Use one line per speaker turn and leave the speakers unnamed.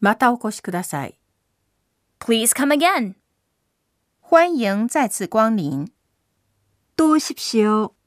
またお越しください。
Please come again.
欢迎再次光临。
또 오십시오.